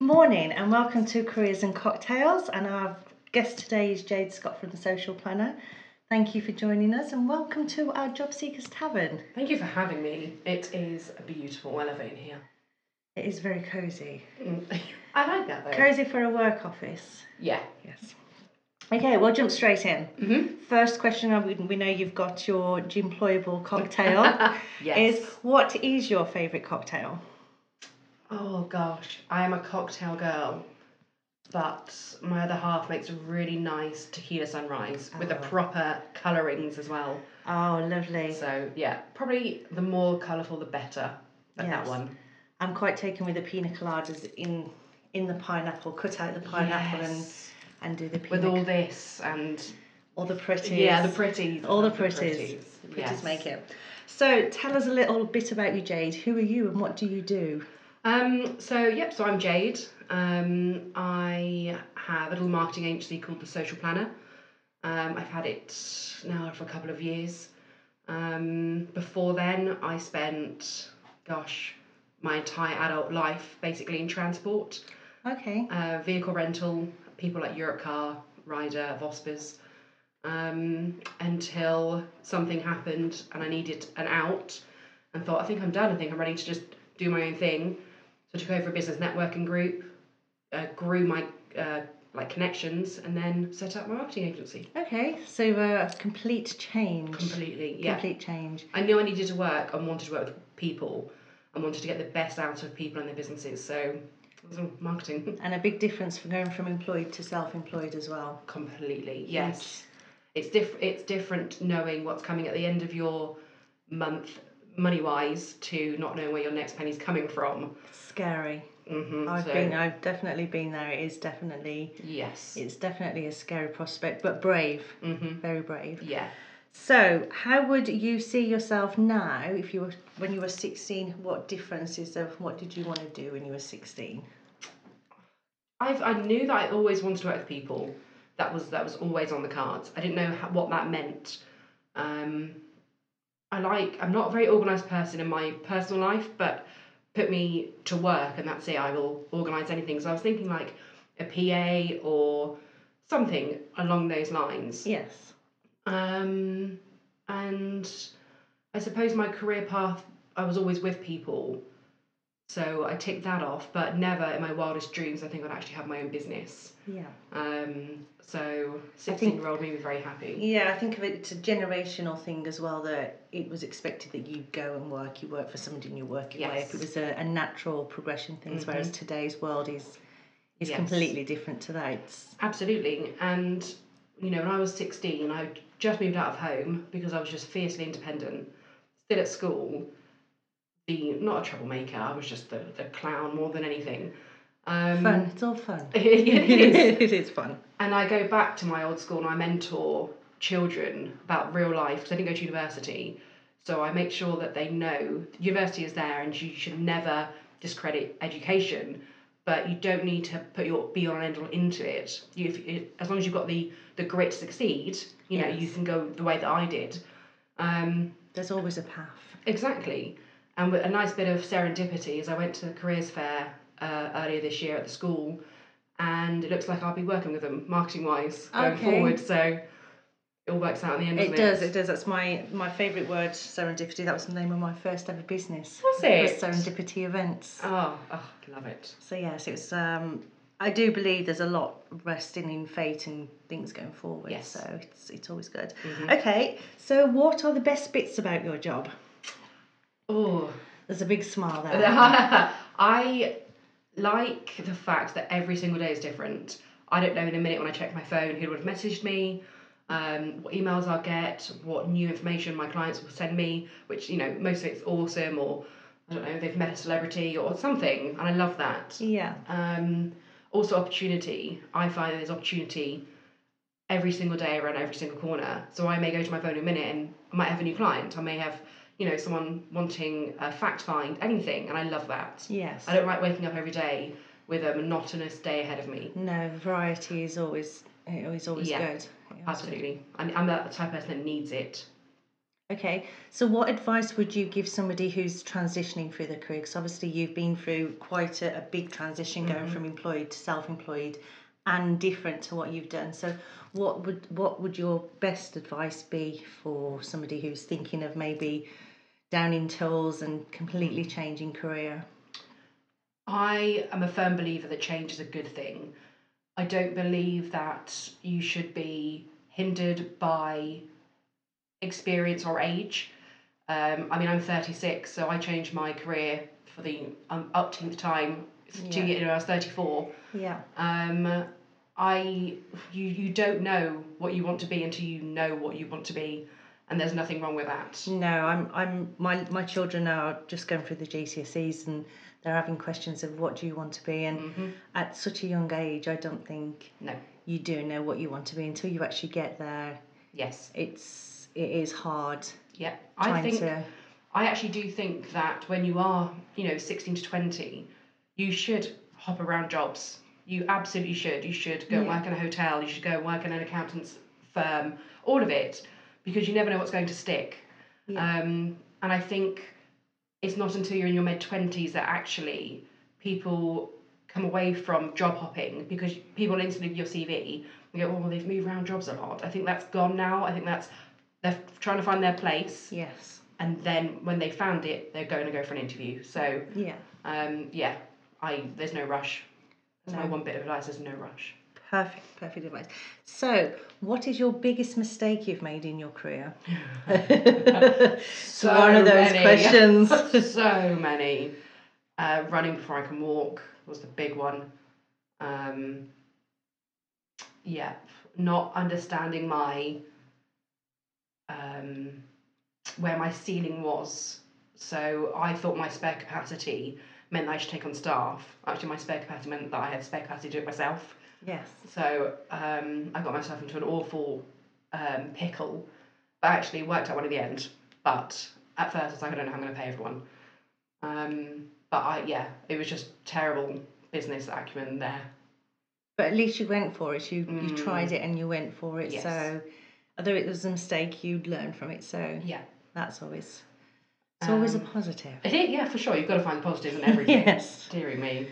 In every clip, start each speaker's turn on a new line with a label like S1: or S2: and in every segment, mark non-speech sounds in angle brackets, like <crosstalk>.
S1: Morning and welcome to Careers and Cocktails. And our guest today is Jade Scott from The Social Planner. Thank you for joining us and welcome to our Job Seekers Tavern.
S2: Thank you for having me. It is a beautiful elevate in here.
S1: It is very cosy.
S2: <laughs> Mm. I like that though.
S1: Cosy for a work office.
S2: Yeah.
S1: Yes. Okay, we'll jump straight in.
S2: Mm-hmm.
S1: First question uh, we we know you've got your Employable cocktail
S2: <laughs> yes.
S1: is what is your favourite cocktail?
S2: Oh gosh, I am a cocktail girl, but my other half makes a really nice tequila sunrise with the
S1: Oh.
S2: proper colourings as well.
S1: Oh, lovely.
S2: So yeah, probably the more colourful the better. But
S1: Yes.
S2: that one.
S1: I'm quite taken with the pina coladas in in the pineapple. Cut out the pineapple
S2: Yes.
S1: and, and do the pina
S2: with all this and
S1: all the pretties.
S2: yeah, the pretties.
S1: All the
S2: I love
S1: pretties. pretties
S2: Yes.
S1: make it. So tell us a little bit about you, Jade. Who are you and what do you do?
S2: Um, so yep, so I'm Jade. Um, I have a little marketing agency called The Social Planner. Um, I've had it now for a couple of years. Um, before then, I spent, gosh, my entire adult life basically in transport,
S1: Okay.
S2: uh, vehicle rental, people like Europcar, Ryder, Vospers, um, until something happened and I needed an out and thought, I think I'm done. I think I'm ready to just do my own thing. So I took over a business networking group, uh, grew my uh, like connections, and then set up my marketing agency.
S1: Okay. So uh, complete change.
S2: Completely, yeah.
S1: Complete change.
S2: I knew I needed to work and wanted to work with people and wanted to get the best out of people and their businesses. So it was all marketing.
S1: And a big difference from going from employed to self-employed as well.
S2: Completely, yes. It's diff- It's different knowing what's coming at the end of your month, money wise, to not knowing where your next penny's coming from.
S1: Scary.
S2: hmm
S1: I've
S2: so,
S1: been. I've definitely been there. It is definitely.
S2: yes.
S1: It's definitely a scary prospect, but brave.
S2: hmm
S1: Very brave.
S2: Yeah.
S1: So, how would you see yourself now if you were when you were 16? What differences of what did you want to do when you were 16?
S2: I've, I knew that I always wanted to work with people. That was that was always on the cards. I didn't know how, what that meant. Um, I like I'm not a very organised person in my personal life, but put me to work and that's it. I will organise anything. So I was thinking like a PA or something along those lines.
S1: Yes.
S2: Um, and I suppose my career path, I was always with people. So I ticked that off, but never in my wildest dreams I think I'd actually have my own business.
S1: Yeah.
S2: Um, so 16 year old me was very happy.
S1: Yeah, I think of it, it's a generational thing as well that it was expected that you go and work, you work for somebody and you work your way up.
S2: Yes. Mm-hmm.
S1: It was a, a natural progression things, whereas today's world is is
S2: Yes.
S1: completely different to that. It's,
S2: Absolutely. And, you know, when I was 16, I just moved out of home because I was just fiercely independent. Still at school, being not a troublemaker, I was just the, the clown more than anything. Um, <laughs>
S1: fun. It's all fun. <laughs>
S2: it is.
S1: it is fun.
S2: And I go back to my old school and I mentor children about real life because I didn't go to university. So I make sure that they know that university is there and you should never discredit education, but you don't need to put your be on and end all into it. You, if, if, as long as you've got the, the grit to succeed, you know, you
S1: Yes.
S2: can go the way that I did. Um,
S1: There's always a path.
S2: Exactly. And with a nice bit of serendipity is I went to the careers fair uh, earlier this year at the school, and it looks like I'll be working with them marketing wise going
S1: Okay.
S2: forward. So it all works out in the end.
S1: It
S2: doesn't
S1: does, it does. That's my my favourite word, serendipity. That was the name of my first ever business.
S2: Was
S1: It was
S2: it?
S1: serendipity events.
S2: Oh, oh, love it.
S1: So yes, it was. Um, I do believe there's a lot resting in fate and things going forward.
S2: Yes. Mm-hmm.
S1: So it's it's always good. Okay. So what are the best bits about your job?
S2: Oh,
S1: There's a big smile there.
S2: <laughs> I like the fact that every single day is different. I don't know in a minute when I check my phone who would have messaged me, um, what emails I'll get, what new information my clients will send me, which, you know, most of it's awesome or I don't know, they've met a celebrity or something, and I love that.
S1: yeah.
S2: Um, also, opportunity. I find there's opportunity every single day around every single corner. So I may go to my phone in a minute and I might have a new client. I may have, you know, someone wanting a fact find, anything, and I love that.
S1: Yes.
S2: I don't like waking up every day with a monotonous day ahead of me.
S1: No, variety is always it always always
S2: Yeah.
S1: good. It always good.
S2: Absolutely. I'm, I'm that type of person that needs it.
S1: Okay, so what advice would you give somebody who's transitioning through their career? Because obviously you've been through quite a, a big transition going from employed to self-employed, and different to what you've done. So, what would what would your best advice be for somebody who's thinking of maybe down in tools and completely changing career?
S2: I am a firm believer that change is a good thing. I don't believe that you should be hindered by experience or age. Um, I mean, I'm 36, so I changed my career for the um, upteenth time. It's Two
S1: Yeah.
S2: years ago, I was 34.
S1: Yeah,
S2: Um, I you you don't know what you want to be until you know what you want to be, and there's nothing wrong with that.
S1: no, I'm I'm my my children are just going through the GCSEs and they're having questions of what do you want to be, and at such a young age, I don't think
S2: No.
S1: you do know what you want to be until you actually get there.
S2: Yes.
S1: It's it is hard
S2: Yeah. I
S1: trying
S2: think
S1: to
S2: I actually do think that when you are, you know, 16 to 20, you should hop around jobs. You absolutely should. You should go and
S1: Yeah.
S2: work in a hotel, you should go and work in an accountant's firm, all of it, because you never know what's going to stick.
S1: Yeah.
S2: Um, and I think it's not until you're in your mid 20s that actually people come away from job hopping because people instantly look at your CV and go, oh, well, they've moved around jobs a lot. I think that's gone now. I think that's, they're trying to find their place
S1: yes
S2: and then when they found it, they're going to go for an interview. So,
S1: yeah
S2: um, yeah, I there's no rush. That's my
S1: No.
S2: one bit of advice. There's no rush.
S1: perfect perfect advice. So, what is your biggest mistake you've made in your
S2: <laughs>
S1: career? <laughs>
S2: So
S1: one of those questions.
S2: <laughs> so many. Uh, running before I can walk was the big one. Um, yeah, not understanding my um, where my ceiling was. So I thought my spare capacity meant that I should take on staff. Actually, my spare capacity meant that I had spare capacity to do it myself.
S1: yes.
S2: So um, I got myself into an awful um, pickle, but actually worked out one at the end. But at first, I was like, I don't know how I'm going to pay everyone. Um, but I, yeah, it was just terrible business acumen there.
S1: But at least you went for it. You you
S2: Mm.
S1: tried it and you went for it.
S2: Yes.
S1: So although it was a mistake, you'd learn from it. So
S2: Yeah,
S1: that's always
S2: Um,
S1: it's always a positive.
S2: it is, yeah, for sure. You've got to
S1: <laughs>
S2: find positives in everything.
S1: Yes.
S2: Deary me.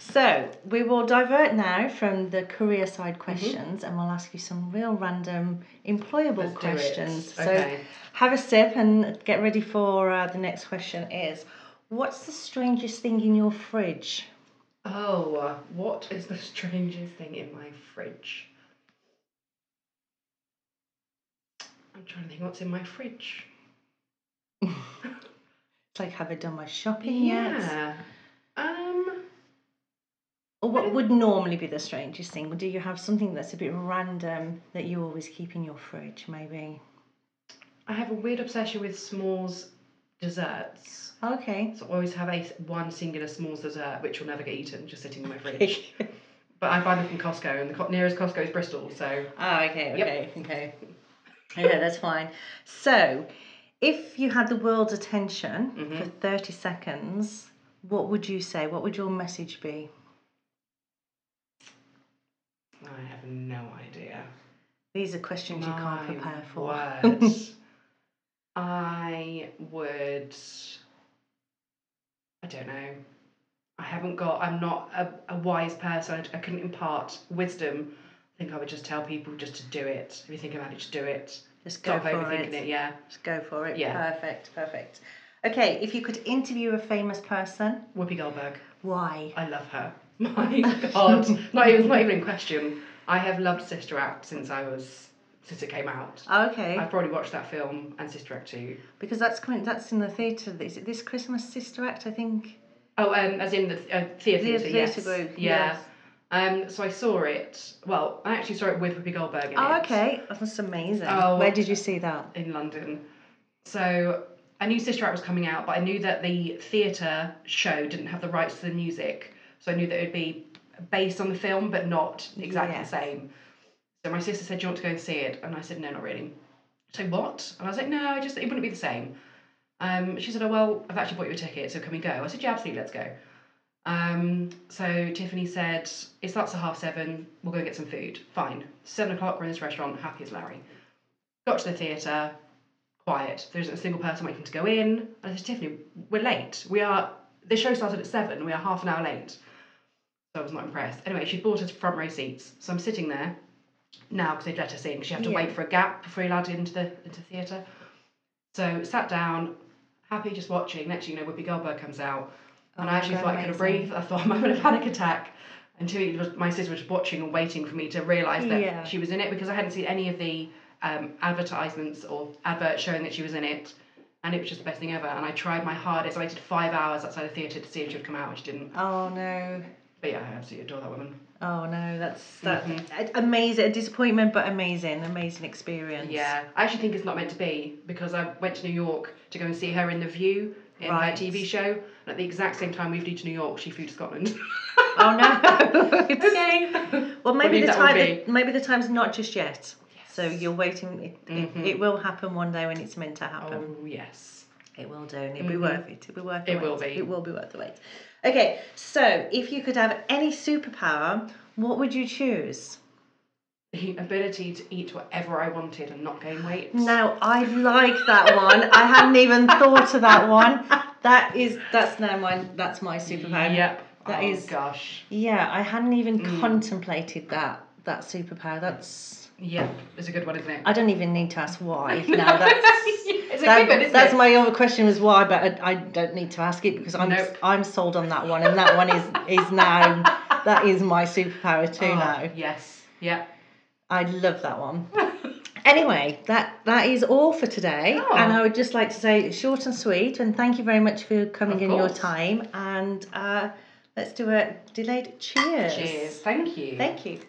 S1: So we will divert now from the career side
S2: Mm-hmm.
S1: questions and we'll ask you some real random employable
S2: Let's do it.
S1: questions.
S2: Okay.
S1: So have a sip and get ready for uh, the next question is what's the strangest thing in your fridge?
S2: Oh, uh, what is the strangest thing in my fridge? I'm trying to think what's in my fridge.
S1: It's like have I done my shopping yet?
S2: Yeah. Um.
S1: Or what would normally be the strangest thing? Or do you have something that's a bit random that you always keep in your fridge maybe?
S2: I have a weird obsession with s'mores desserts.
S1: Okay.
S2: So I always have a s- one singular s'mores dessert which will never get eaten, just sitting in my fridge. but I buy them from Costco, and the co- nearest Costco is Bristol. So
S1: Oh, okay,
S2: Yep.
S1: okay, <laughs> okay. Yeah, that's fine. So, if you had the world's attention
S2: Mm-hmm.
S1: for 30 seconds, what would you say? What would your message be?
S2: I have no idea.
S1: These are questions you can't
S2: My
S1: prepare for. <laughs>
S2: word. I would. I don't know. I haven't got. I'm not a, a wise person. I couldn't impart wisdom. I think I would just tell people just to do it. If you think about it, just do it.
S1: Just go
S2: Stop
S1: for
S2: overthinking
S1: it.
S2: it. Yeah.
S1: Just go for it.
S2: Yeah.
S1: Perfect, perfect. Okay, if you could interview a famous person,
S2: Whoopi Goldberg.
S1: why?
S2: I love her. <laughs>
S1: <laughs>
S2: My God, not even not even in question. I have loved Sister Act since I was since it came out.
S1: Okay,
S2: I've probably watched that film and Sister Act too.
S1: because that's coming. That's in the theatre. Is it this Christmas Sister Act? I think.
S2: Oh, um, as in the th- uh, theatre.
S1: The theatre
S2: yes.
S1: group,
S2: Yeah.
S1: yes.
S2: Um, so I saw it. Well, I actually saw it with Whoopi Goldberg in
S1: Oh,
S2: it
S1: okay. That's amazing.
S2: Oh.
S1: Where did you see that?
S2: in London. So I knew Sister Act was coming out, but I knew that the theatre show didn't have the rights to the music, so I knew that it would be based on the film, but not exactly
S1: Yes.
S2: the same. So my sister said, "Do you want to go and see it?" And I said, "No, not really." So what? And I was like, "No, I just it wouldn't be the same." Um, she said, "Oh well, I've actually bought you a ticket, so can we go?" I said, "Yeah, absolutely, let's go." Um, so Tiffany said, "It starts at half seven. We'll go get some food. Fine. Seven o'clock. We're in this restaurant. Happy as Larry." Got to the theatre. quiet. There isn't a single person waiting to go in. And I said, Tiffany, we're late. We are. The show started at seven. We are half an hour late. So I was not impressed. Anyway, she'd bought us front row seats. So I'm sitting there now because they'd let us in. 'cause you have to
S1: Yeah.
S2: wait for a gap before you're allowed into the into the theatre. So sat down, happy just watching. Next, thing you know, Whoopi Goldberg comes out, and
S1: Oh,
S2: I actually
S1: God,
S2: thought I could have
S1: amazing.
S2: breathed. I thought <laughs> I'm having a panic attack. And two, was- my sister was watching and waiting for me to realise that
S1: Yeah.
S2: she was in it because I hadn't seen any of the um, advertisements or adverts showing that she was in it. And it was just the best thing ever. And I tried my hardest. I waited five hours outside the theatre to see if she would come out, and she didn't.
S1: Oh no.
S2: But yeah, I absolutely adore that woman.
S1: Oh no, that's that
S2: Mm-hmm.
S1: a- amazing. A disappointment, but amazing, amazing experience.
S2: Yeah, I actually think it's not meant to be because I went to New York to go and see her in The View in
S1: Right.
S2: her TV show, and at the exact same time we flew to New York, she flew to Scotland. <laughs>
S1: Oh no.
S2: okay.
S1: Well, maybe
S2: do you
S1: the
S2: think that
S1: time
S2: will
S1: maybe the time's not just yet. So
S2: Yes. Mm-hmm.
S1: you're waiting. It, it, it will happen one day when it's meant to happen.
S2: Oh yes.
S1: It will do, and it'll be worth it. It'll be worth. The
S2: It
S1: wait.
S2: will be.
S1: It will be worth the wait. Okay, so if you could have any superpower, what would you choose?
S2: The ability to eat whatever I wanted and not gain weight.
S1: Now I like that one. I hadn't even thought of that one. That is that's now mine. That's my superpower.
S2: Yep.
S1: That
S2: oh
S1: is-
S2: gosh.
S1: Yeah, I hadn't even
S2: Mm.
S1: contemplated that that superpower. That's
S2: Yep. It's a good one, isn't it? <laughs>
S1: I don't even need to ask why. Now that's.
S2: it's a
S1: That-
S2: good one, isn't
S1: that's
S2: it?
S1: my other question was why, but I, I don't need to ask it because I'm
S2: Nope.
S1: I'm sold on that one, and that one is is now that is my superpower too.
S2: <laughs> Oh,
S1: Now
S2: Yes. Yep.
S1: I love that one. Anyway, that that is all for today,
S2: Oh.
S1: and I would just like to say it's short and sweet, and thank you very much for coming
S2: Of
S1: in your
S2: course.
S1: time, and uh, let's do a delayed cheers.
S2: Cheers. Thank you.
S1: Thank you.